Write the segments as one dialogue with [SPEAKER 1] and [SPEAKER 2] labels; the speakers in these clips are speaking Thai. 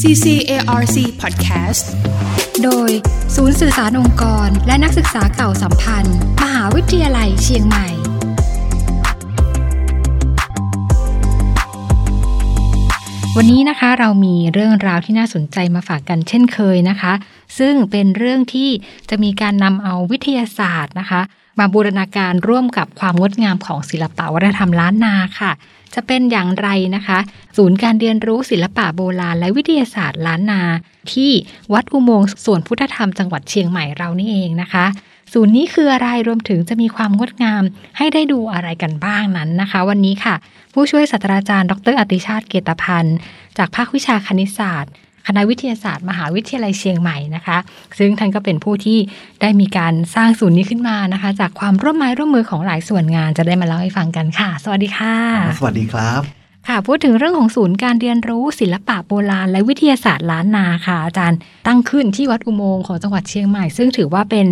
[SPEAKER 1] CCARC Podcast
[SPEAKER 2] โดยศูนย์สื่อสารองค์กร และนักศึกษาเก่าสัมพันธ์ มหาวิทยาลัยเชียงใหม่ วันนี้นะคะเรามีเรื่องราวที่น่าสนใจมาฝากกันเช่นเคยนะคะ ซึ่งเป็นเรื่องที่จะมีการนำเอาวิทยาศาสตร์นะคะ มาบูรณาการร่วมกับความงดงามของศิลปะวัฒนธรรมล้านนาค่ะ จะเป็นอย่างไรนะคะ ศูนย์การเรียนรู้ศิลปะโบราณและวิทยาศาสตร์ล้านนา ที่วัดอุโมงค์สวนพุทธธรรมจังหวัดเชียงใหม่เรานี่เองนะคะ ศูนย์นี้คืออะไรรวมถึงจะมีความงดงามให้ได้ดูอะไรกันบ้างนั้นนะคะ วันนี้ค่ะ ผู้ช่วยศาสตราจารย์ ดรอติชาติเกยรตพันธ์ จากภาควิชาคณิตศาสตร์ คณะวิทยาศาสตร์ มหาวิทยาลัยเชียงใหม่นะคะ ซึ่งท่านก็เป็นผู้ที่ได้มีการสร้างศูนย์นี้ขึ้นมานะคะ จากความร่วมไม้ร่วมมือของหลายส่วนงานจะได้มาเล่าให้ฟังกันค่ะ สวัสดีค่ะ
[SPEAKER 3] สวัสดีครับ
[SPEAKER 2] ค่ะพูดถึงเรื่องของศูนย์การเรียนรู้ศิลปะโบราณและวิทยาศาสตร์ล้านนาค่ะ อาจารย์ตั้งขึ้นที่วัดอุโมงค์ของจังหวัดเชียงใหม่ ซึ่งถือว่าเป็น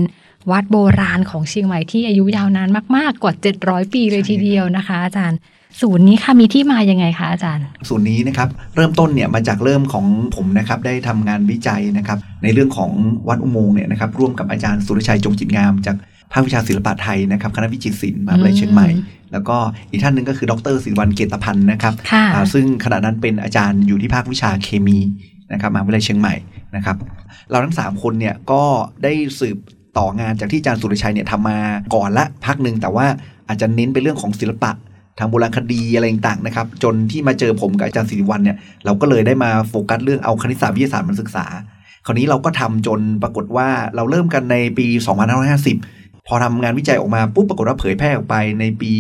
[SPEAKER 2] วัดโบราณของเชียงใหม่ที่อายุยาวนานมากๆ กว่า 700 ปีเลย
[SPEAKER 3] ใช่
[SPEAKER 2] ทีเดียวนะคะ อาจารย์ ศูนย์นี้ค่ะมีที่มายังไงคะอาจารย์
[SPEAKER 3] ศูนย์นี้นะครับเริ่มต้นเนี่ยมาจากเริ่มของผมนะครับได้ทำงานวิจัยนะครับในเรื่องของวัดอุโมงค์เนี่ยนะครับร่วมกับอาจารย์สุรชัยจงจิตงาม จากภาควิชาศิลปะไทยนะครับคณะวิจิตรศิลป์มหาวิทยาลัยเชียงใหม่
[SPEAKER 2] อืม
[SPEAKER 3] แล้วก็อีกท่านหนึ่งก็คือดรศิริวัลเกยรตพันธ์นะครับ
[SPEAKER 2] ค่ะ
[SPEAKER 3] อ่าซึ่งขณะนั้นเป็นอาจารย์อยู่ที่ภาควิชาเคมีนะครับมหาวิทยาลัยเชียงใหม่นะครับเราทั้งสามคนเนี่ยก็ได้สืบต่องานจากที่อาจารย์สุรชัยเนี่ยทำมาก่อนละพักหนึ่งแต่ว่าอาจจะเน้นเป็นเรื่องของศิลปะ ทางโบราณคดีอะไรต่างๆนะครับ จนที่มาเจอผมกับอาจารย์สิริวัลเนี่ยเราก็เลยได้มาโฟกัสเรื่องเอาคณิตศาสตร์วิทยาศาสตร์มาศึกษา คราวนี้เราก็ทำจนปรากฏว่าเราเริ่มกันในปี 2550 พอทำงานวิจัยออกมาปุ๊บปรากฏว่าเผยแพร่ออกไปในปี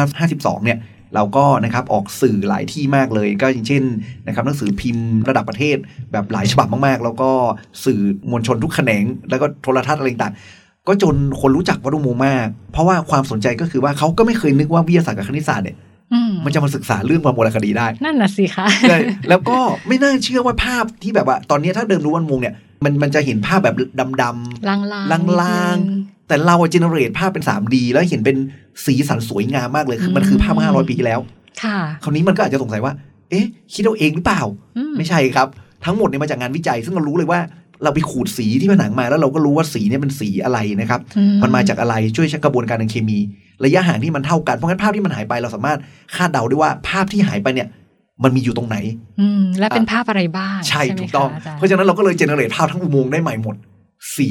[SPEAKER 3] 2552 เนี่ย เราก็นะครับออกสื่อหลายที่มากเลย ก็อย่างเช่นนะครับหนังสือพิมพ์ระดับประเทศแบบหลายฉบับมากๆ แล้วก็สื่อมวลชนทุกแขนง แล้วก็โทรทัศน์อะไรต่าง ก็จนคนรู้จักวัดอุโมงค์มาก เพราะว่าความสนใจก็คือว่าเขาก็ไม่เคยนึกว่าวิทยาศาสตร์กับคณิตศาสตร์เนี่ย
[SPEAKER 2] อืม
[SPEAKER 3] มันจะมาศึกษาเรื่องประมวลคดีได้
[SPEAKER 2] นั่นน่ะสิคะ
[SPEAKER 3] ใช่แล้วก็ไม่น่าเชื่อว่าภาพที่แบบว่า ตอนนี้ถ้าเดินรู้วันมุงเนี่ยมันมันจะเห็นภาพแบบดำ
[SPEAKER 2] ลางๆนิดนึ
[SPEAKER 3] ลาง ๆ แต่เราเจเนเรตภาพเป็น 3D แล้วเห็นเป็นสีสันสวยงามมากเลยคือมันคือภาพ
[SPEAKER 2] อืม
[SPEAKER 3] 500 ปีที่แล้ว
[SPEAKER 2] ค่ะ
[SPEAKER 3] คราวนี้มันก็อาจจะสงสัยว่า เอ๊ะ คิดเอาเองหรือเปล่า
[SPEAKER 2] อื
[SPEAKER 3] ไม่ใช่ครับ ทั้งหมดเนี่ยมาจากงานวิจัย ซึ่งเรารู้เลยว่าเราไปขูดสีที่ผนังมาแล้วเราก็รู้ว่าสีเนี่ยเป็นสีอะไรนะครับ
[SPEAKER 2] อื
[SPEAKER 3] มันมาจากอะไรช่วยใช้กระบวนการทางเคมี ระยะห่างที่มันเท่ากันเพราะงั้นภาพที่มันหายไปเราสามารถคาดเดาได้ว่าภาพที่หายไปเนี่ย มันมีอยู่ตรงไหน
[SPEAKER 2] อืมและเป็นภาพอะไรบ้าง
[SPEAKER 3] ใช่
[SPEAKER 2] ไหม
[SPEAKER 3] ถูกต้อง
[SPEAKER 2] คะาจารย์
[SPEAKER 3] เพราะฉะนั้นเราก็เลยเจเนเรตภาพทั้งอุโมงค์ได้ใหม่หมด สี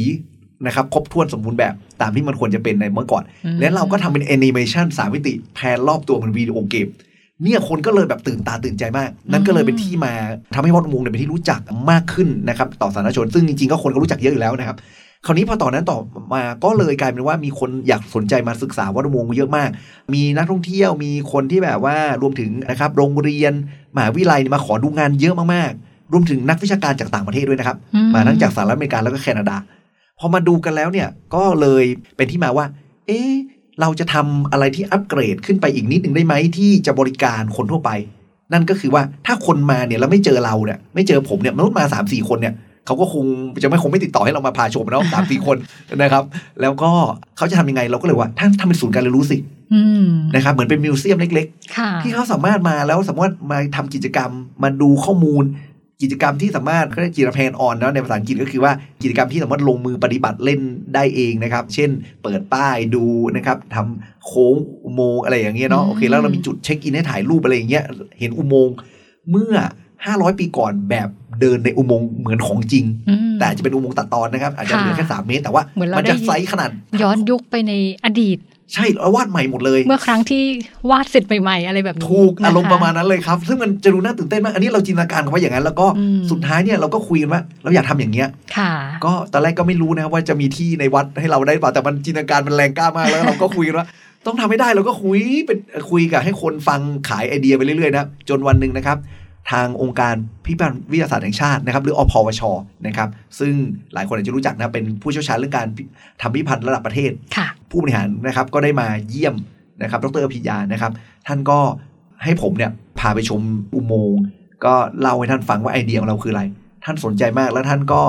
[SPEAKER 3] นะครับ ครบถ้วนสมบูรณ์แบบตามที่มันควรจะเป็นในเมื่อก่อน
[SPEAKER 2] อืม
[SPEAKER 3] และเราก็ทำเป็นแอนิเมชันสามมิติแพนรอบตัวเหมือนวิดีโอเกมเนี่ยคนก็เลยแบบตื่นตาตื่นใจมาก นั่นก็เลยเป็นที่มาทำให้วัดอุโมงค์เนี่ยเป็นที่รู้จักมากขึ้นนะครับ ต่อสาธารณชน ซึ่งจริงๆก็คนก็รู้จักเยอะอยู่แล้วนะครับ คราวนี้พอต่อนนั้นต่อมาก็เลยกลายเป็นว่ามีคนอยากสนใจมาศึกษาวัดอุโมงค์เยอะมาก มีนักท่องเที่ยวมีคนที่แบบว่ารวมถึงนะครับโรงเรียนมหาวิทยาลัยเนี่ยมาขอดูงานเยอะมากๆรวมถึงนักวิชาการจากต่างประเทศด้วยนะครับ
[SPEAKER 2] อืม
[SPEAKER 3] มาทั้งจากสหรัฐอเมริกาแล้วก็แคนาดา พอมาดูกันแล้วเนี่ยก็เลยเป็นที่มาว่า เอ๊ะเราจะทำอะไรที่อัปเกรดขึ้นไปอีกนิดหนึ่งได้ไหมที่จะบริการคนทั่วไป นั่นก็คือว่าถ้าคนมาเนี่ยแล้วไม่เจอเราเนี่ยไม่เจอผมเนี่ยมนุษย์มา3ามสี่คนเนี่ยเขาก็คงจะไม่คงไม่ติดต่อให้เรามาพาชมเนาะสามสี่คน นะครับแล้วก็เขาจะทำยังไงเราก็เลยว่าท่านทำเป็นศูนย์การเรียนรู้สิ
[SPEAKER 2] อืม
[SPEAKER 3] นะครับเหมือนเป็นมิวเซียมเล็ก ๆ
[SPEAKER 2] ค่ะ
[SPEAKER 3] ที่เขาสามารถมาแล้วสามารถมาทำกิจกรรมมาดูข้อมูล กิจกรรมที่สามารถเขาเรียกกิจกรรมแฮนด์ออนนะในภาษาอังกฤษก็คือว่ากิจกรรมที่สามารถลงมือปฏิบัติเล่นได้เองนะครับ เช่น เปิดป้ายดูนะครับทำโค้งอุโมงค์อะไรอย่างเงี้ยเนาะ
[SPEAKER 2] อืม
[SPEAKER 3] โอเคแล้วเรามีจุดเช็คอินให้ถ่ายรูปอะไรอย่างเงี้ยเห็นอุโมงค์เมื่อ 500 ปีก่อนแบบเดินในอุโมงค์เหมือนของจริง
[SPEAKER 2] อืม
[SPEAKER 3] แต่อาจจะเป็นอุโมงค์ตัดตอนนะครับ อาจจะเหลือแค่
[SPEAKER 2] ค่ะ
[SPEAKER 3] สามเมตร แต่ว่า
[SPEAKER 2] เหมือนเรา
[SPEAKER 3] มันจะ
[SPEAKER 2] ได้
[SPEAKER 3] ไซส์ขนาด
[SPEAKER 2] ย้อนยุคไปในอดีต
[SPEAKER 3] ใช่เราวาดใหม่หมดเลย
[SPEAKER 2] เมื่อครั้งที่วาดเสร็จใหม่ๆอะไรแบบนี้
[SPEAKER 3] ถูก
[SPEAKER 2] นค
[SPEAKER 3] อารมณ์ประมาณนั้นเลยครับ ซึ่งมันจะดูน่าตื่นเต้นมาก อันนี้เราจินตนาการกันไว้อย่างนั้นแล้วก็
[SPEAKER 2] อืม
[SPEAKER 3] สุดท้ายเนี่ยเราก็คุยกันว่าเราอยากทำอย่างเงี้ย
[SPEAKER 2] ค่ะ
[SPEAKER 3] ก็ตอนแรกก็ไม่รู้นะครับว่าจะมีที่ในวัดให้เราได้หรือเปล่าแต่มันจินตนาการมันแรงกล้ามากแล้วเราก็คุยกันว่า ต้องทำให้ได้เราก็คุยเป็นคุยกับให้คนฟังขายไอเดียไปเรื่อยๆนะจนวันหนึ่งนะครับ ทางองค์การพิพัฒน์วิทยาศาสตร์แห่งชาตินะครับหรืออพวชนะครับซึ่งหลายคนอาจจะรู้จักนะเป็นผู้เชี่ยวชาญเรื่องการทำพิพิธภัณฑ์ระดับประเทศ
[SPEAKER 2] ค่ะ
[SPEAKER 3] ผู้บริหารนะครับก็ได้มาเยี่ยมนะครับดรอภิญญานะครับ ท่านก็ให้ผมเนี่ยพาไปชมอุโมงค์ก็เล่าให้ท่านฟังว่าไอเดียของเราคืออะไร ท่านสนใจมากแล้วท่านก็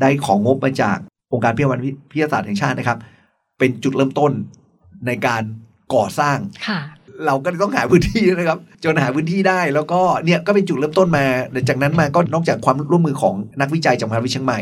[SPEAKER 3] ได้ของงบมาจากองค์การพิพัฒน์วิทยาศาสตร์แห่งชาตินะครับ เป็นจุดเริ่มต้นในการก่อสร้าง
[SPEAKER 2] ค่ะ
[SPEAKER 3] เราก็ต้องหาพื้นที่นะครับ จนหาพื้นที่ได้ แล้วก็เนี่ยก็เป็นจุดเริ่มต้นมาแต่จากนั้นมาก็นอกจากความร่วมมือของนักวิจัยจากมหาวิทยาลัยเชียงใหม่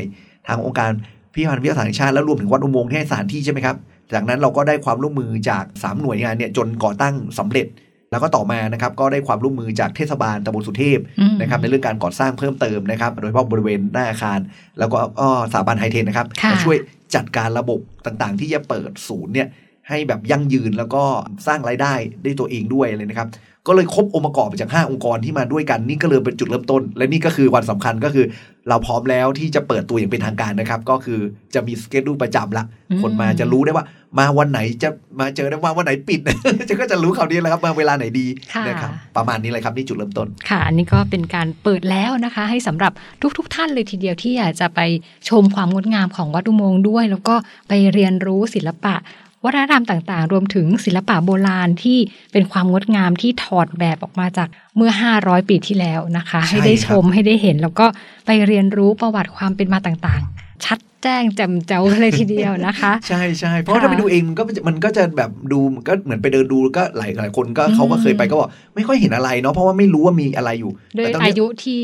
[SPEAKER 3] ทางองค์การพิพิธภัณฑ์วิทยาศาสตร์แห่งชาติแล้วรวมถึงวัดอุโมงค์ให้สถานที่ใช่ไหมครับ จากนั้นเราก็ได้ความร่วมมือจาก 3 หน่วยงานเนี่ยจนก่อตั้งสำเร็จ แล้วก็ต่อมานะครับก็ได้ความร่วมมือจากเทศบาลตำบลสุเทพ
[SPEAKER 2] อืม
[SPEAKER 3] นะครับในเรื่องการก่อสร้างเพิ่มเติมนะครับ โดยเฉพาะบริเวณหน้าอาคาร แล้วก็อ้อสถาบันไฮเทนนะครับ
[SPEAKER 2] ค่ะ
[SPEAKER 3] มาช่วยจัดการระบบต่างๆ ที่จะเปิดศูนย์เนี่ยให้แบบยั่งยืนแล้วก็สร้างรายได้ได้ตัวเองด้วยเลยนะครับ ก็เลยครบองค์ประกอบจาก 5 องค์กรที่มาด้วยกันนี่ก็เลยเป็นจุดเริ่มต้น และนี่ก็คือวันสำคัญก็คือ เราพร้อมแล้วที่จะเปิดตัวอย่างเป็นทางการนะครับ ก็คือจะมีสเกจดูประจำละ คนมาจะรู้ได้ว่า มาวันไหนจะมาเจอได้ว่าวันไหนปิด จะก็จะรู้ข่าวนี้แหล้วครับมาเวลาไหนดี
[SPEAKER 2] ค่ะ
[SPEAKER 3] นะครับประมาณนี้เลยครับนี่จุดเริ่มต้น
[SPEAKER 2] ค่ะ อันนี้ก็เป็นการเปิดแล้วนะคะ ให้สำหรับทุกๆทท่านเลยทีเดียวที่อยากจะไปชมความงดงามของวัดอุโมงค์ด้วย แล้วก็ไปเรียนรู้ศิลปะ วัฒนธรรมต่างๆ รวมถึงศิลปะโบราณที่เป็นความงดงามที่ถอดแบบออกมาจากเมื่อ 500 ปีที่แล้วนะคะ
[SPEAKER 3] ใช่
[SPEAKER 2] ให้ได้
[SPEAKER 3] ครับ
[SPEAKER 2] ชมให้ได้เห็น แล้วก็ไปเรียนรู้ประวัติความเป็นมาต่างๆ ชัดแจ้งแจ่มเจ้าเลยทีเดียวนะคะ
[SPEAKER 3] ใช่ใช่เพราะว่า
[SPEAKER 2] ค่ะ
[SPEAKER 3] ถ้าไปดูเองมันก็จะมันก็จะแบบดูมันก็เหมือนไปเดินดูก็หลายหลายคนก็
[SPEAKER 2] อืม
[SPEAKER 3] เขาก็เคยไปก็บอกไม่ค่อยเห็นอะไรเนาะเพราะว่าไม่รู้ว่ามีอะไรอยู่
[SPEAKER 2] ด้วย
[SPEAKER 3] แต่ตรง
[SPEAKER 2] อา
[SPEAKER 3] เนี้
[SPEAKER 2] ยุที่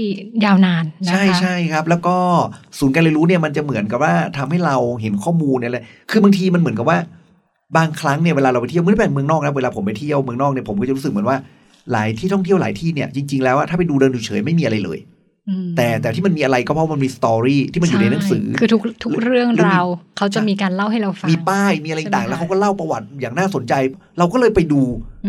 [SPEAKER 2] ยาวนานนะคะ
[SPEAKER 3] ใช่ใช่ครับ แล้วก็ศูนย์การเรียนรู้เนี่ยมันจะเหมือนกับว่าทำให้เราเห็นข้อมูลอะไรคือบางทีมันเหมือนกับว่า บางครั้งเนี่ยเวลาเราไปเที่ยวไม่ได้ไปเมืองนอกนะเวลาผมไปเที่ยวเมืองนอกเนี่ยผมก็จะรู้สึกเหมือนว่าหลายที่ท่องเที่ยวหลายที่เนี่ยจริงๆแล้วอะถ้าไปดูเดินดูเฉยไม่มีอะไรเลย
[SPEAKER 2] อืม
[SPEAKER 3] แต่แต่ที่มันมีอะไรก็เพราะมันมีสตอรี่ที่มันอยู่ในหนังสือ
[SPEAKER 2] ช่คือทุกทุกเรื่อง
[SPEAKER 3] หรือมี
[SPEAKER 2] ราวเขาจะมีการเล่าให้เราฟัง
[SPEAKER 3] มีป้ายมีอะไร
[SPEAKER 2] ใช่ไหม
[SPEAKER 3] ต่างๆแล้
[SPEAKER 2] คะ
[SPEAKER 3] วเขาก็เล่าประวัติอย่างน่าสนใจ เราก็เลยไปดู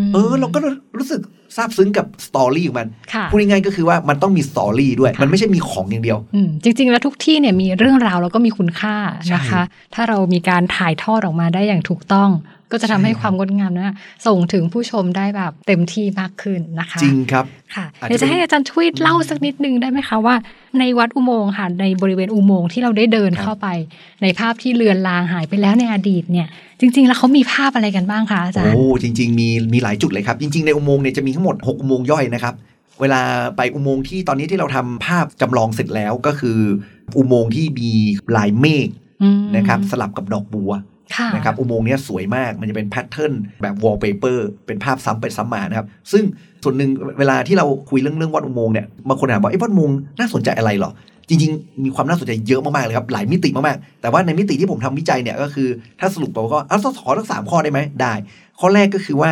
[SPEAKER 2] ม
[SPEAKER 3] เออเราก็รู้สึกซาบซึ้งกับสตอรี่ของมัน
[SPEAKER 2] ค่ะ
[SPEAKER 3] พูดง่ายๆก็คือว่ามันต้องมีสตอรี่ด้วย
[SPEAKER 2] ค่ะ
[SPEAKER 3] มันไม่ใช่มีของอย่างเดียว
[SPEAKER 2] อืมจริง ๆ แล้วทุกที่เนี่ยมีเรื่องราวแล้วก็มีคุณค่า
[SPEAKER 3] ใช่
[SPEAKER 2] นะคะ ถ้าเรามีการถ่ายทอดออกมาได้อย่างถูกต้อง ก็จะทำให้
[SPEAKER 3] ใช่ครับ
[SPEAKER 2] ความงดงามนั้นนะส่งถึงผู้ชมได้แบบเต็มที่มากขึ้นนะคะ
[SPEAKER 3] จริงครับ
[SPEAKER 2] ค่ะ
[SPEAKER 3] อาจจะ
[SPEAKER 2] เดี๋ยวจะให้อาจารย์ช่วยเล่าสักนิดนึงได้ไหมคะว่าในวัดอุโมงค์ค่ะในบริเวณอุโมงค์ที่เราได้เดินเข้าไป ในภาพที่เลือนลางหายไปแล้วในอดีตเนี่ย จริง ๆ แล้วเขามีภาพอะไรกันบ้างคะอาจารย์
[SPEAKER 3] โอ้จริง ๆ มีมีหลายจุดเลยครับ จริง ๆ ในอุโมงค์เนี่ยจะมีทั้งหมด 6 อุโมงค์ย่อยนะครับ เวลาไปอุโมงค์ที่ตอนนี้ที่เราทำภาพจำลองเสร็จแล้วก็คือ อุโมงค์ที่มีลายเมฆ
[SPEAKER 2] อืม
[SPEAKER 3] นะครับสลับกับดอกบัว
[SPEAKER 2] ค่ะ
[SPEAKER 3] นะครับอุโมงค์เนี้ยสวยมากมันจะเป็นแพทเทิร์นแบบวอลเปเปอร์เป็นภาพซ้ำไปซ้ำมานะครับ ซึ่งส่วนหนึ่งเวลาที่เราคุยเรื่องเรื่องวัดอุโมงค์เนี่ยบางคนถามว่าไอ้ยวัดอุโมงค์น่าสนใจอะไรเหรอ จริง ๆ มีความน่าสนใจเยอะมากๆเลยครับ หลายมิติมากๆ แต่ว่าในมิติที่ผมทำวิจัยเนี่ยก็คือ ถ้าสรุปไปก็เอาขอทั้งสามข้อได้ไหมได้ ข้อแรกก็คือว่า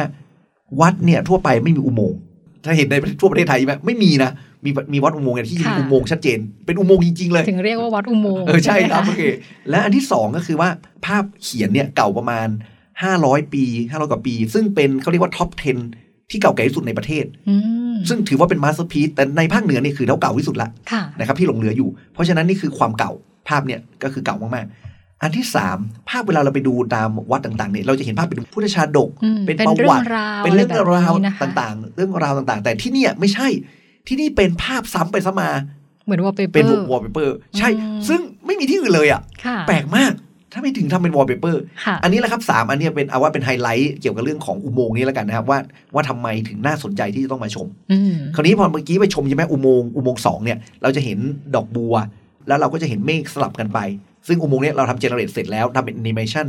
[SPEAKER 3] วัดเนี่ยทั่วไปไม่มีอุโมงค์ถ้าเห็นในทั่วประเทศไทยใช่ไหมไม่มีนะมีมีวัดอุโมงค์เนี่ยที่มี
[SPEAKER 2] ค่ะ
[SPEAKER 3] อุโมงค์ชัดเจน เป็นอุโมงค์จริงๆเลย
[SPEAKER 2] ถึงเรียกว่าวัดอุโมงค์
[SPEAKER 3] เออใช่
[SPEAKER 2] ไห
[SPEAKER 3] ครับ
[SPEAKER 2] มะ
[SPEAKER 3] โอเคและอันที่สองก็คือว่าภาพเขียนเนี่ยเก่าประมาณ 500 ปี 500 กว่าปี ซึ่งเป็นเขาเรียกว่า ท็อป 10 ที่เก่าแก่ที่สุดในประเทศ
[SPEAKER 2] อืม
[SPEAKER 3] ซึ่งถือว่าเป็นมาสเตอร์พี e แต่ในภาคเหนือเนี่ยคือเท่าเก่าที่สุดละ
[SPEAKER 2] ค่ะ
[SPEAKER 3] นะครับที่หลงเหลืออยู่ เพราะฉะนั้นนี่คือความเก่าภาพเนี่ยก็คือเก่ามากๆ อันที่สามภาพเวลาเราไปดูตามวัดต่างๆเนี่ยเราจะเห็นภาพเป็นพุทธชาดก
[SPEAKER 2] อืม
[SPEAKER 3] เป็น
[SPEAKER 2] เป็น
[SPEAKER 3] ประ
[SPEAKER 2] เรื่
[SPEAKER 3] วั
[SPEAKER 2] อง
[SPEAKER 3] ติ
[SPEAKER 2] ราว
[SPEAKER 3] เป็นเรื่องราว
[SPEAKER 2] อะไรแบบนี้นะคะ
[SPEAKER 3] ต่างๆ เรื่องราวต่างๆ แต่ที่เนี่ยไม่ใช่ที่นี่เป็นภาพซ้ำไปซ้ำมา
[SPEAKER 2] เหมือนว่าเปเป
[SPEAKER 3] เป็น
[SPEAKER 2] อร์
[SPEAKER 3] วอลเปเปอร์ใช่
[SPEAKER 2] อืม
[SPEAKER 3] ซึ่งไม่มีที่อื่นเลยอ่ะ
[SPEAKER 2] ค่ะ
[SPEAKER 3] แปลกมาก ถ้าไม่ถึงทำเป็นวอลเปเปอร์
[SPEAKER 2] ค่ะ
[SPEAKER 3] อันนี้แหละครับสามอันเนี้ยเป็นเอาว่าเป็นไฮไลท์เกี่ยวกับเรื่องของอุโมงค์นี้แล้วกันนะครับว่าว่าทำไมถึงน่าสนใจที่จะต้องมาชม
[SPEAKER 2] อืม
[SPEAKER 3] คราวนี้พอเมื่อกี้ไปชมใช่ไหมอุโมงค์อุโมงค์สองเนี่ยเราจะเห็นดอกบัว แล้วเราก็จะเห็นเมฆสลับกันไป ซึ่งอุโมงค์เนี้ยเราทำเจเนเรตเสร็จแล้วทำเป็นแอนิเมชัน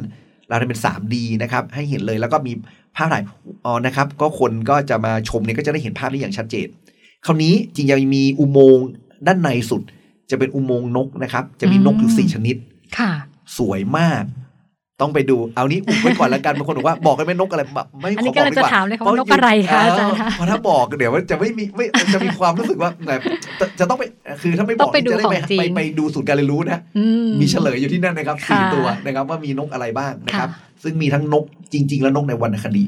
[SPEAKER 3] เราทำเป็น 3D นะครับให้เห็นเลยแล้วก็มีภาพถ่ายอ๋อนะครับก็คนก็จะมาชมเนี่ยก็จะได้เห็นภาพนี้อย่างชัดเจน คราวนี้จริงๆยังมีอุโมงค์ด้านในสุด จะเป็นอุโมงค์นกนะครับจะมีนกอยู่สี่
[SPEAKER 2] อืม
[SPEAKER 3] ชนิด
[SPEAKER 2] ค่ะ
[SPEAKER 3] สวยมาก ต้องไปดู เอานี้อุบไว้ก่อนแล้วกันบางคนบอกว่าบอกกันไหม่นกอะไรแบบไม่
[SPEAKER 2] อันนี้
[SPEAKER 3] ขบ
[SPEAKER 2] กำลังจะ
[SPEAKER 3] ดีว่
[SPEAKER 2] ถามเลยค่ะ
[SPEAKER 3] พ
[SPEAKER 2] ว่านกอะไรคะอาจารย์คะ
[SPEAKER 3] เพราะถ้าบอกเดี๋ยวมันจะไม่มีไม่จะมีความรู้สึกว่าแบบจะจะต้องไปคือถ้าไม่บ
[SPEAKER 2] ต้
[SPEAKER 3] อ
[SPEAKER 2] อก งไปดู
[SPEAKER 3] จะได้ไป
[SPEAKER 2] ของจริง
[SPEAKER 3] ไปไปดูศูนย์การเรียนรู้นะ
[SPEAKER 2] อื
[SPEAKER 3] มีเฉลยอยู่ที่นั่นนะครับสี่
[SPEAKER 2] ค่ะ
[SPEAKER 3] ตัวนะครับว่ามีนกอะไรบ้างนะครับ
[SPEAKER 2] ค่
[SPEAKER 3] ซึ่งมีทั้งนกจริง ๆ และนกในวรรณคดี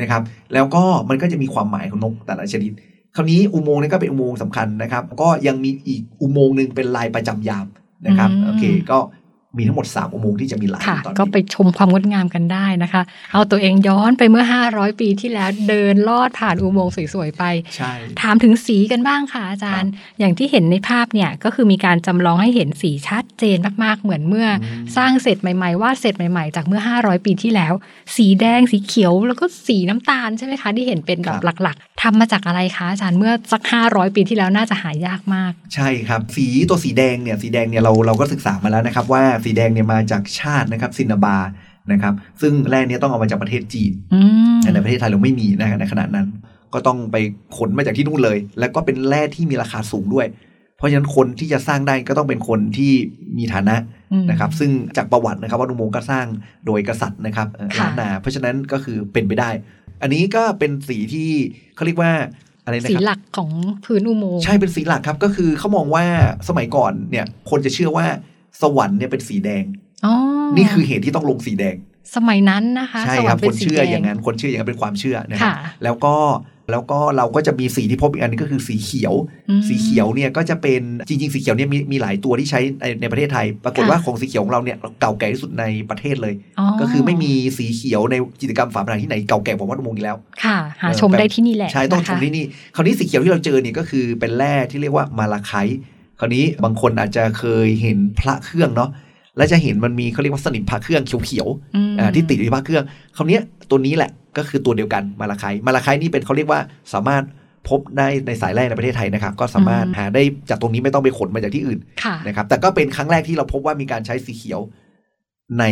[SPEAKER 3] นะครับ แล้วก็มันก็จะมีความหมายของนกแต่ละชนิด คราวนี้อุโมงค์นี้ก็เป็นอุโมงค์สำคัญนะครับ ก็ยังมีอีกอุโมงค์หนึ่งเป็นลายประจำยามนะครับโอเคก็มีทั้งหมด 3 อุโมงค์ที่จะมีลาย
[SPEAKER 2] ค่ะ
[SPEAKER 3] ตอน
[SPEAKER 2] ก็
[SPEAKER 3] นี้
[SPEAKER 2] ไปชมความงดงามกันได้นะคะ เอาตัวเองย้อนไปเมื่อ 500 ปีที่แล้วเดินลอดผ่านอุโมงค์สวยๆไป
[SPEAKER 3] ใช่
[SPEAKER 2] ถามถึงสีกันบ้างค่ะอาจารย์ อย่างที่เห็นในภาพเนี่ยก็คือมีการจำลองให้เห็นสีชัดเจนมากๆ เหมือนเมื่ออ
[SPEAKER 3] ม
[SPEAKER 2] สร้างเสร็จใหม่ๆวาดเสร็จใหม่ๆ จากเมื่อ 500 ปีที่แล้ว สีแดงสีเขียวแล้วก็สีน้ำตาลใช่ไหมคะที่เห็นเป็นแบบหลักๆทำมาจากอะไรคะอาจารย์เมื่อสัก 500 ปีที่แล้วน่าจะหายากมาก
[SPEAKER 3] ใช่ครับ สีตัวสีแดงเนี่ยสีแดงเนี่ยเราเราก็ศึกษามาแล้วนะครับว่าสีแดงเนี่ยมาจากชาตินะครับซินนาบา นะครับ ซึ่งแร่เนี้ยต้องเอามาจากประเทศจีน
[SPEAKER 2] อืม
[SPEAKER 3] ในประเทศไทยเราไม่มีนะในขณะนั้น ก็ต้องไปขนมาจากที่นู่นเลย แล้วก็เป็นแร่ที่มีราคาสูงด้วย เพราะฉะนั้นคนที่จะสร้างได้ก็ต้องเป็นคนที่มีฐานะนะครับ ซึ่งจากประวัตินะครับว่าดุมงค์ก็สร้างโดยกษัตริย์นะครับเอ่อล้านนา เพราะฉะนั้นก็คือเป็นไปได้ อันนี้ก็เป็นสีที่เขาเรียกว่าอะไรนะ
[SPEAKER 2] สี
[SPEAKER 3] ครับ
[SPEAKER 2] หลักของพื้นอุโมงค์
[SPEAKER 3] ใช่เป็นสีหลักครับก็คือเขามองว่าสมัยก่อนเนี่ยคนจะเชื่อว่าสวรรค์เนี่ยเป็นสีแดง
[SPEAKER 2] อ๋อ
[SPEAKER 3] นี่คือเหตุที่ต้องลงสีแดง
[SPEAKER 2] สมัยนั้นนะคะ
[SPEAKER 3] ใช่
[SPEAKER 2] สวร
[SPEAKER 3] ครั
[SPEAKER 2] ร
[SPEAKER 3] บ
[SPEAKER 2] ค์เป็
[SPEAKER 3] คน น
[SPEAKER 2] สี
[SPEAKER 3] เชื่อ
[SPEAKER 2] แด
[SPEAKER 3] อง ย่างนั้นคนเชื่ออย่างนั้นเป็นความเชื่อนะครับ
[SPEAKER 2] ค่ะ
[SPEAKER 3] แล้วก็แล้วก็เราก็จะมีสีที่พบอีกอันหนึงก็คือสีเขียว
[SPEAKER 2] อืม
[SPEAKER 3] สีเขียวเนี่ยก็จะเป็นจริง ๆ สีเขียวเนี่ยมีมีหลายตัวที่ใช้ในในประเทศไทย ปรากฏ
[SPEAKER 2] ค่ะ
[SPEAKER 3] ว่าของสีเขียวของเราเนี่ยเก่าแก่ที่สุดในประเทศเลย ก็คือไม่มีสีเขียวในกิจกรรมฝาผนังที่ไหนเก่าแก่กว่าวัดอุโมงค์อีกแล้ว
[SPEAKER 2] ค่ะ หา
[SPEAKER 3] เออ
[SPEAKER 2] ชม
[SPEAKER 3] แบบ
[SPEAKER 2] ได้ที่นี่แหละ
[SPEAKER 3] ใช่ต้องชม
[SPEAKER 2] นะคะ
[SPEAKER 3] ที่นี่คราวนี้สีเขียวที่เราเจอเนี่ยก็คือเป็นแร่ที่เรียกว่ามาลาไคต์คราวนี้บางคนอาจจะเคยเห็นพระเครื่องเนาะและจะเห็นมันมีเขาเรียกว่าสนิมพระเครื่องเขียว
[SPEAKER 2] อืม
[SPEAKER 3] ๆอ่าที่ติดอยู่ที่พระเครื่องคราวเนี้ยตัวนี้แหละก็คือตัวเดียวกันมาลาไคต์มาลาไคต์นี่เป็นเขาเรียกว่าสามารถพบได้ในสายแร่ในประเทศไทยนะครับก็สามารถหาได้จากตรงนี้ไม่ต้องไปขนมาจากที่อื่น
[SPEAKER 2] ค่ะ
[SPEAKER 3] นะครับแต่ก็เป็นครั้งแรกที่เราพบว่ามีการใช้สีเขียวใน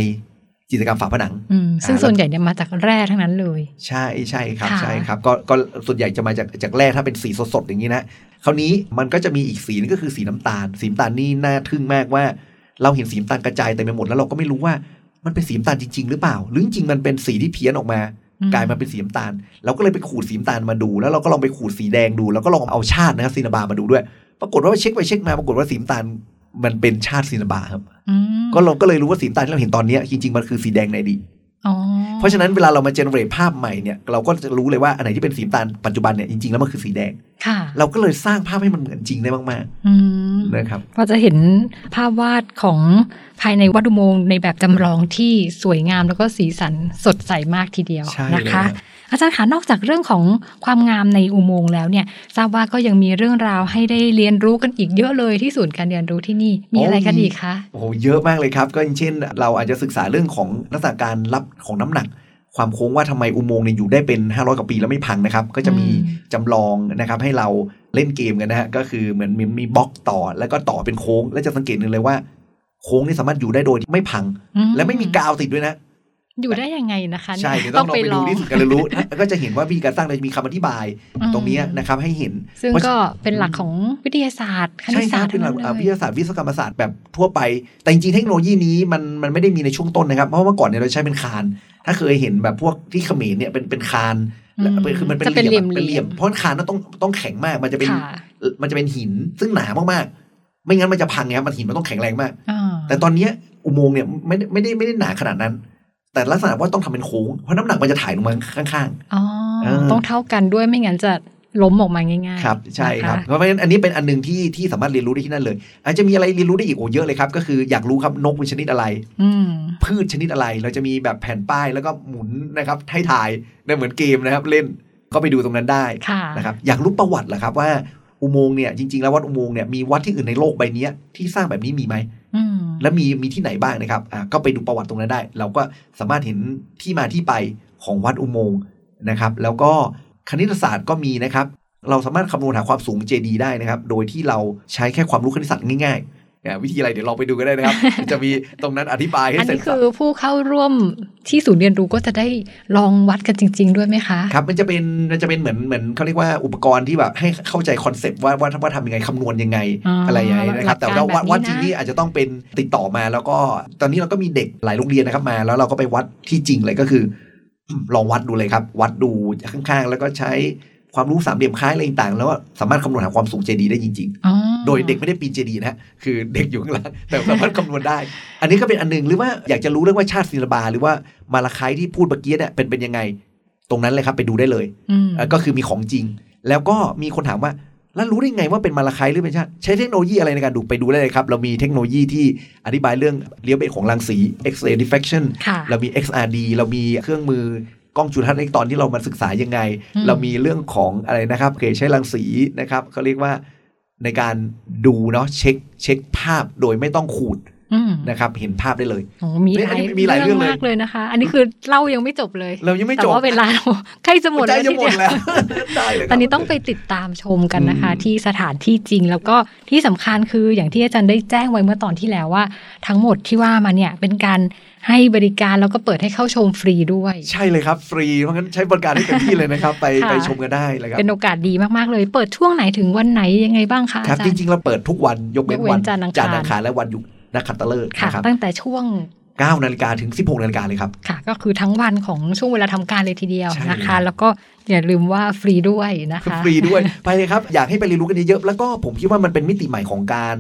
[SPEAKER 3] กิจกรรมฝาผนัง
[SPEAKER 2] อืมซึ่ง
[SPEAKER 3] อ่า
[SPEAKER 2] ส่วนใหญ่เนี่ยมาจากแร่ทั้งนั้นเลย
[SPEAKER 3] ใช่ใช่ครับ
[SPEAKER 2] ค่ะ
[SPEAKER 3] ใช่ครับก็ก็ส่วนใหญ่จะมาจากจากแร่ถ้าเป็นสีสดๆอย่างนี้นะคราวนี้มันก็จะมีอีกสีนึงก็คือสีน้ำตาล สีน้ำตาลนี่น่าทึ่งมากว่า เราเห็นสีน้ำตาลกระจายเต็มไปหมดแล้วเราก็ไม่รู้ว่ามันเป็นสีน้ำตาลจริง ๆ หรือเปล่า หรือจริงๆมันเป็นสีที่เพี้ยนออกมา
[SPEAKER 2] อื
[SPEAKER 3] กลายมาเป็นสีน้ำตาลเราก็เลยไปขูดสีน้ำตาลมาดู แล้วเราก็ลองไปขูดสีแดงดู แล้วก็ลองเอาชาตินะครับซีนาบามาดูด้วย ปรากฏว่าไปเช็คไปเช็คมาปรากฏว่าสีน้ำตาลมันเป็นชาติซีนาบาครับ
[SPEAKER 2] อืม
[SPEAKER 3] ก็เราก็เลยรู้ว่าสีน้ำตาลที่เราเห็นตอนเนี้ยจริงๆมันคือสีแดงในอดีต
[SPEAKER 2] อ๋อ
[SPEAKER 3] เพราะฉะนั้นเวลาเรามาเจเนเรตภาพใหม่เนี่ยเราก็จะรู้เลยว่าอันไหนที่เป็นสีน้ำตาลปัจจุบันเนี่ยจริงๆแล้วมันคือสีแดง
[SPEAKER 2] ค่ะ
[SPEAKER 3] เราก็เลยสร้างภาพให้มันเหมือนจริงได้มาก
[SPEAKER 2] อืม
[SPEAKER 3] ๆนะครับ
[SPEAKER 2] ก็จะเห็นภาพวาดของภายในวัดอุโมงค์ในแบบจำลองที่สวยงามแล้วก็สีสันสดใสมากทีเดียว
[SPEAKER 3] ใช่เลย
[SPEAKER 2] นะคะ
[SPEAKER 3] ครับ
[SPEAKER 2] อาจารย์คะนอกจากเรื่องของความงามในอุโมงค์แล้วเนี่ย ทราบว่าก็ยังมีเรื่องราวให้ได้เรียนรู้กันอีกเยอะเลยที่ศูนย์การเรียนรู้ที่นี่มีอะไรกันอีกคะ
[SPEAKER 3] โอ้โหเยอะมากเลยครับ ก็อย่างเช่น เราอาจจะศึกษาเรื่องของลักษณะการรับของน้ำหนัก ความโค้งว่าทำไมอุโมงค์เนี่ยอยู่ได้เป็น 500 กว่าปีแล้วไม่พังนะครับ ก็จะมี
[SPEAKER 2] อืม
[SPEAKER 3] จำลองนะครับให้เราเล่นเกมกันนะฮะก็คือเหมือนมีมีบล็อกต่อแล้วก็ต่อเป็นโค้ง และจะสังเกตหนึ่งเลยว่าโค้งนี่สามารถอยู่ได้โดยที่ไม่พัง
[SPEAKER 2] อื
[SPEAKER 3] และไม่มีกาวติดด้วยนะ
[SPEAKER 2] อยู่ได้ยังไงนะคะ
[SPEAKER 3] ใช่เดี๋ยวต้องลองไปดูที่สุดการเรียนรู้แล้วก็จะเห็นว่าวิธีการสร้างโดยมีคำอธิบาย
[SPEAKER 2] อืม
[SPEAKER 3] ตรงเนี้ยนะครับให้เห็น
[SPEAKER 2] ซึ่ง
[SPEAKER 3] เพราะ
[SPEAKER 2] ก็เป็นหลักของวิทยาศาสตร์คณิ
[SPEAKER 3] ใช่
[SPEAKER 2] ต
[SPEAKER 3] ค
[SPEAKER 2] ศาสต
[SPEAKER 3] รับ
[SPEAKER 2] ร์
[SPEAKER 3] เป็นหลัก
[SPEAKER 2] ทั้ง
[SPEAKER 3] อ่า
[SPEAKER 2] นั้น
[SPEAKER 3] วิ
[SPEAKER 2] เลย
[SPEAKER 3] ทยาศาสตร์วิศวกรรมศาสตร์แบบทั่วไป แต่จริงๆเทคโนโลยีนี้มันมันไม่ได้มีในช่วงต้นนะครับ เพราะว่าเมื่อก่อนเนี่ยเราใช้เป็นคาน ถ้าเคยเห็นแบบพวกที่เขมรเนี่ยเป็นเป็นคานและเป็นคือมันเป็น
[SPEAKER 2] จะเป็นเหลี่ยม
[SPEAKER 3] อะเป็นเหลี่ยมเพราะคานต้องต้องต้องแข็งมากมันจะเป็น
[SPEAKER 2] ค่ะ
[SPEAKER 3] มันจะเป็นหินซึ่งหนามากๆ ไม่งั้นมันจะพังไงครับมันหินมันต้องแข็งแรงมาก
[SPEAKER 2] อ่า
[SPEAKER 3] แต่ตอนเนี้ยอุโมงค์เนี่ยไม่ได้ไม่ได้ไม่ได้หนาขนาดนั้น แต่ลักษณะว่าต้องทำเป็นโค้งเพราะน้ำหนักมันจะถ่ายลงมาข้าง
[SPEAKER 2] อ๋อ
[SPEAKER 3] เออ
[SPEAKER 2] ต้องเท่ากันด้วยไม่งั้นจะล้มออกมาง่าย
[SPEAKER 3] ครับใช่ครับ
[SPEAKER 2] นะะ
[SPEAKER 3] เพราะฉะนั้นอันนี้เป็นอันหนึ่งที่ที่สามารถเรียนรู้ได้ที่นั่นเลย อาจจะมีอะไรเรียนรู้ได้อีกโอ้เยอะเลยครับ ก็คืออยากรู้ครับนกเป็นชนิดอะไร
[SPEAKER 2] อืม
[SPEAKER 3] พืชชนิดอะไร เราจะมีแบบแผ่นป้ายแล้วก็หมุนนะครับให้ถ่ายได้เหมือนเกมนะครับเล่นก็ไปดูตรงนั้นได้
[SPEAKER 2] ค่ะ
[SPEAKER 3] นะครับอยากรู้ประวัติเหรอครับว่าอุโมงค์เนี่ยจริงๆ แล้ววัดอุโมงค์เนี่ยมีวัดที่อื่นในโลกใบเนี้ยที่สร้างแบบนี้มีไหม
[SPEAKER 2] อืม
[SPEAKER 3] และมีมีที่ไหนบ้างนะครับอ่ะก็ไปดูประวัติตรงนั้นได้ เราก็สามารถเห็นที่มาที่ไปของวัดอุโมงค์นะครับ แล้วก็คณิตศาสตร์ก็มีนะครับ เราสามารถคำนวณหาความสูงเจดีได้นะครับ โดยที่เราใช้แค่ความรู้คณิตศาสตร์ง่ายๆเนี่ยวิธีอะไรเดี๋ยวลองไปดูก็ได้นะครับ จะมีตรงนั้นอธิบายให้
[SPEAKER 2] อัน
[SPEAKER 3] เสร็จ
[SPEAKER 2] นี้คือผู้เข้าร่วมที่ศูนย์เรียนรู้ก็จะได้ลองวัดกันจริง ๆ ด้วยไหมคะ
[SPEAKER 3] ครับ มันจะเป็นมันจะเป็นเหมือนเหมือนเขาเรียกว่าอุปกรณ์ที่แบบให้เข้าใจคอนเซปต์ว่าว่าว่าทำยังไงคำนวณยังไง อะไรอย่างนี้นะครับ แต่ว่าวัดวัดจริงนี่อาจจะต้องเป็นติดต่อมา แล้วก็ตอนนี้เราก็มีเด็กหลายโรงเรียนนะครับมา แล้วเราก็ไปวัดที่จริงเลยก็คือ ลองวัดดูเลยครับ วัดดูข้างๆ แล้วก็ใช้ความรู้สามเหลี่ยมคล้ายอะไรต่างๆแล้วก็สามารถคำนวณหาความสูงเจดีได้จริง ๆ
[SPEAKER 2] อ๋อ
[SPEAKER 3] โดยเด็กไม่ได้ปีนเจดีย์นะฮะคือเด็กอยู่ข้างล่ าง แต่สามารถคำนวณได้ อันนี้ก็เป็นอันหนึงหรือว่าอยากจะรู้เรื่องว่าชาติศิลปาหรือว่ามาลาไคายที่พูดเมื่อกี้เนี่ยเป็นเป็นยังไง ตรงนั้นเลยครับไปดูได้เลย
[SPEAKER 2] อืม
[SPEAKER 3] เอ่อก็คือมีของจริง แล้วก็มีคนถามว่า แล้วรู้ได้ไงว่าเป็นมาลาไคายหรือเป็นชาติใช้เทคโนโลยีอะไรในการดูไปดูได้เลยครับ เรามีเทคโนโลยีที่อธิบายเรื่องเลี้ยวเบนของรังสี X-ray diffraction
[SPEAKER 2] ค่ะ
[SPEAKER 3] เรามี XRD เรามีเครื่องมือกล้องจุลทรรศน์อิเล็กตรอนที่เรามาศึกษายังไง
[SPEAKER 2] อืม
[SPEAKER 3] เรามีเรื่องของอะไรนะครับโอเคใช้รังสีนะครับเขาเรียกว่าในการดูเนาะเช็คเช็คภาพโดยไม่ต้องขูด
[SPEAKER 2] อืม
[SPEAKER 3] นะครับเห็นภาพได้เลย
[SPEAKER 2] โอ้มี
[SPEAKER 3] เฮ้ย
[SPEAKER 2] หลาย
[SPEAKER 3] อันนี้มีหลายเรื่องเลย
[SPEAKER 2] มากเลยนะคะ อันนี้คือเล่ายังไม่จบเลย
[SPEAKER 3] เรายังไม่
[SPEAKER 2] แต่
[SPEAKER 3] จบ
[SPEAKER 2] ว่าเวลาเราใกล้จะหมด
[SPEAKER 3] ใจ
[SPEAKER 2] แล้ว
[SPEAKER 3] จะ
[SPEAKER 2] ที
[SPEAKER 3] หม
[SPEAKER 2] เดี
[SPEAKER 3] ด
[SPEAKER 2] ยว
[SPEAKER 3] แล้ว ได้เลยครับ
[SPEAKER 2] ตอนนี้ต้องไปติดตามชมกันนะคะ
[SPEAKER 3] อืม
[SPEAKER 2] ที่สถานที่จริง แล้วก็ที่สำคัญคืออย่างที่อาจารย์ได้แจ้งไว้เมื่อตอนที่แล้วว่า ทั้งหมดที่ว่ามาเนี่ยเป็นการให้บริการแล้วก็เปิดให้เข้าชมฟรีด้วย
[SPEAKER 3] ใช่เลยครับ ฟรีเพราะงั้นใช้บริการให้เต็มที่เลยนะครับ ไป
[SPEAKER 2] ค่ะ
[SPEAKER 3] ไปชมกันได้เลยครับ
[SPEAKER 2] เป็นโอกาสดีมาก ๆ เลย เปิดช่วงไหนถึงวันไหนยังไงบ้างคะ
[SPEAKER 3] ครับ
[SPEAKER 2] อาจา
[SPEAKER 3] จ
[SPEAKER 2] รย์
[SPEAKER 3] ริง ๆ เราเปิดทุกวันยกเว้น
[SPEAKER 2] ยกเว้น
[SPEAKER 3] วัน
[SPEAKER 2] จันทร์อังคาร
[SPEAKER 3] ทร์อังคารและวันหยุดนักขัตฤกษ์
[SPEAKER 2] ค่ะ
[SPEAKER 3] นะครับ
[SPEAKER 2] ตั้งแต่ช่วง
[SPEAKER 3] 9นาฬิกาถึง 16นาฬิกาเลยครับ
[SPEAKER 2] ค่ะ ก็คือทั้งวันของช่วงเวลาทำการเลยทีเดียว
[SPEAKER 3] ใช่
[SPEAKER 2] นะ
[SPEAKER 3] ครั
[SPEAKER 2] คะ
[SPEAKER 3] บ
[SPEAKER 2] แล้วก็อย่าลืมว่าฟรีด้วยนะคะ
[SPEAKER 3] ฟรีด้วย ไปเลยครับ อยากให้ไปเรียนรู้กันเยอะๆแล้วก็ผมคิดว่ามันเป็นมิติใหม่ของการ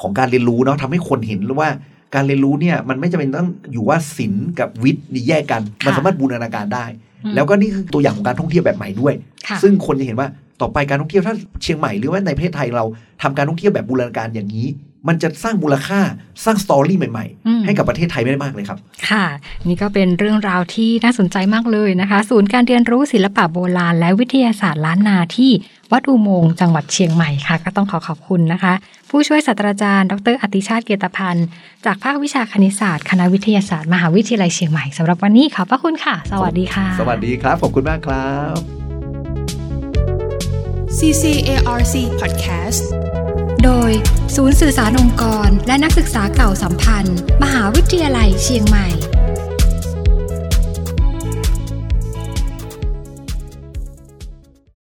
[SPEAKER 3] ของการเรียนรู้เนาะทำให้คนเห็นว่าการเรียนรู้เนี่ยมันไม่จำเป็นต้องอยู่ว่าศิลป์กับวิทย์นี่แยกกัน มัน
[SPEAKER 2] ค่ะ
[SPEAKER 3] สามารถบูรณาการได้
[SPEAKER 2] อืม
[SPEAKER 3] แล้วก็นี่คือตัวอย่างของการท่องเที่ยวแบบใหม่ด้วย
[SPEAKER 2] ค่ะ
[SPEAKER 3] ซึ่งคนจะเห็นว่าต่อไปการท่องเที่ยวถ้าเชียงใหม่หรือว่าในประเทศไทยเราทำการท่องเที่ยวแบบบูรณาการอย่างนี้ มันจะสร้างมูลค่าสร้างสตอรี่ใหม่
[SPEAKER 2] อืม
[SPEAKER 3] ๆ ให้กับประเทศไทยไม่ได้มากเลยครับ
[SPEAKER 2] ค่ะ นี่ก็เป็นเรื่องราวที่น่าสนใจมากเลยนะคะ ศูนย์การเรียนรู้ศิลปะโบราณ และวิทยาศาสตร์ล้านนาที่วัดอุโมงค์จังหวัดเชียงใหม่ค่ะ ก็ต้องขอขอบคุณนะคะ ผู้ช่วยศาสตราจารย์ดรอติชาติเกียรติพันธ์จากภาควิชาคณิตศาสตร์คณะวิทยาศาสตร์มหาวิทยาลัยเชียงใหม่สำหรับวันนี้ขอบพระคุณค่ะ สวัสดีค่ะ
[SPEAKER 3] สวัสดีครับขอบคุณมากครับ
[SPEAKER 1] CCARC Podcast
[SPEAKER 2] โดย ศูนย์สื่อสารองค์กร และนักศึกษาเก่าสัมพันธ์ มหาวิทยาลัยเชียงใหม่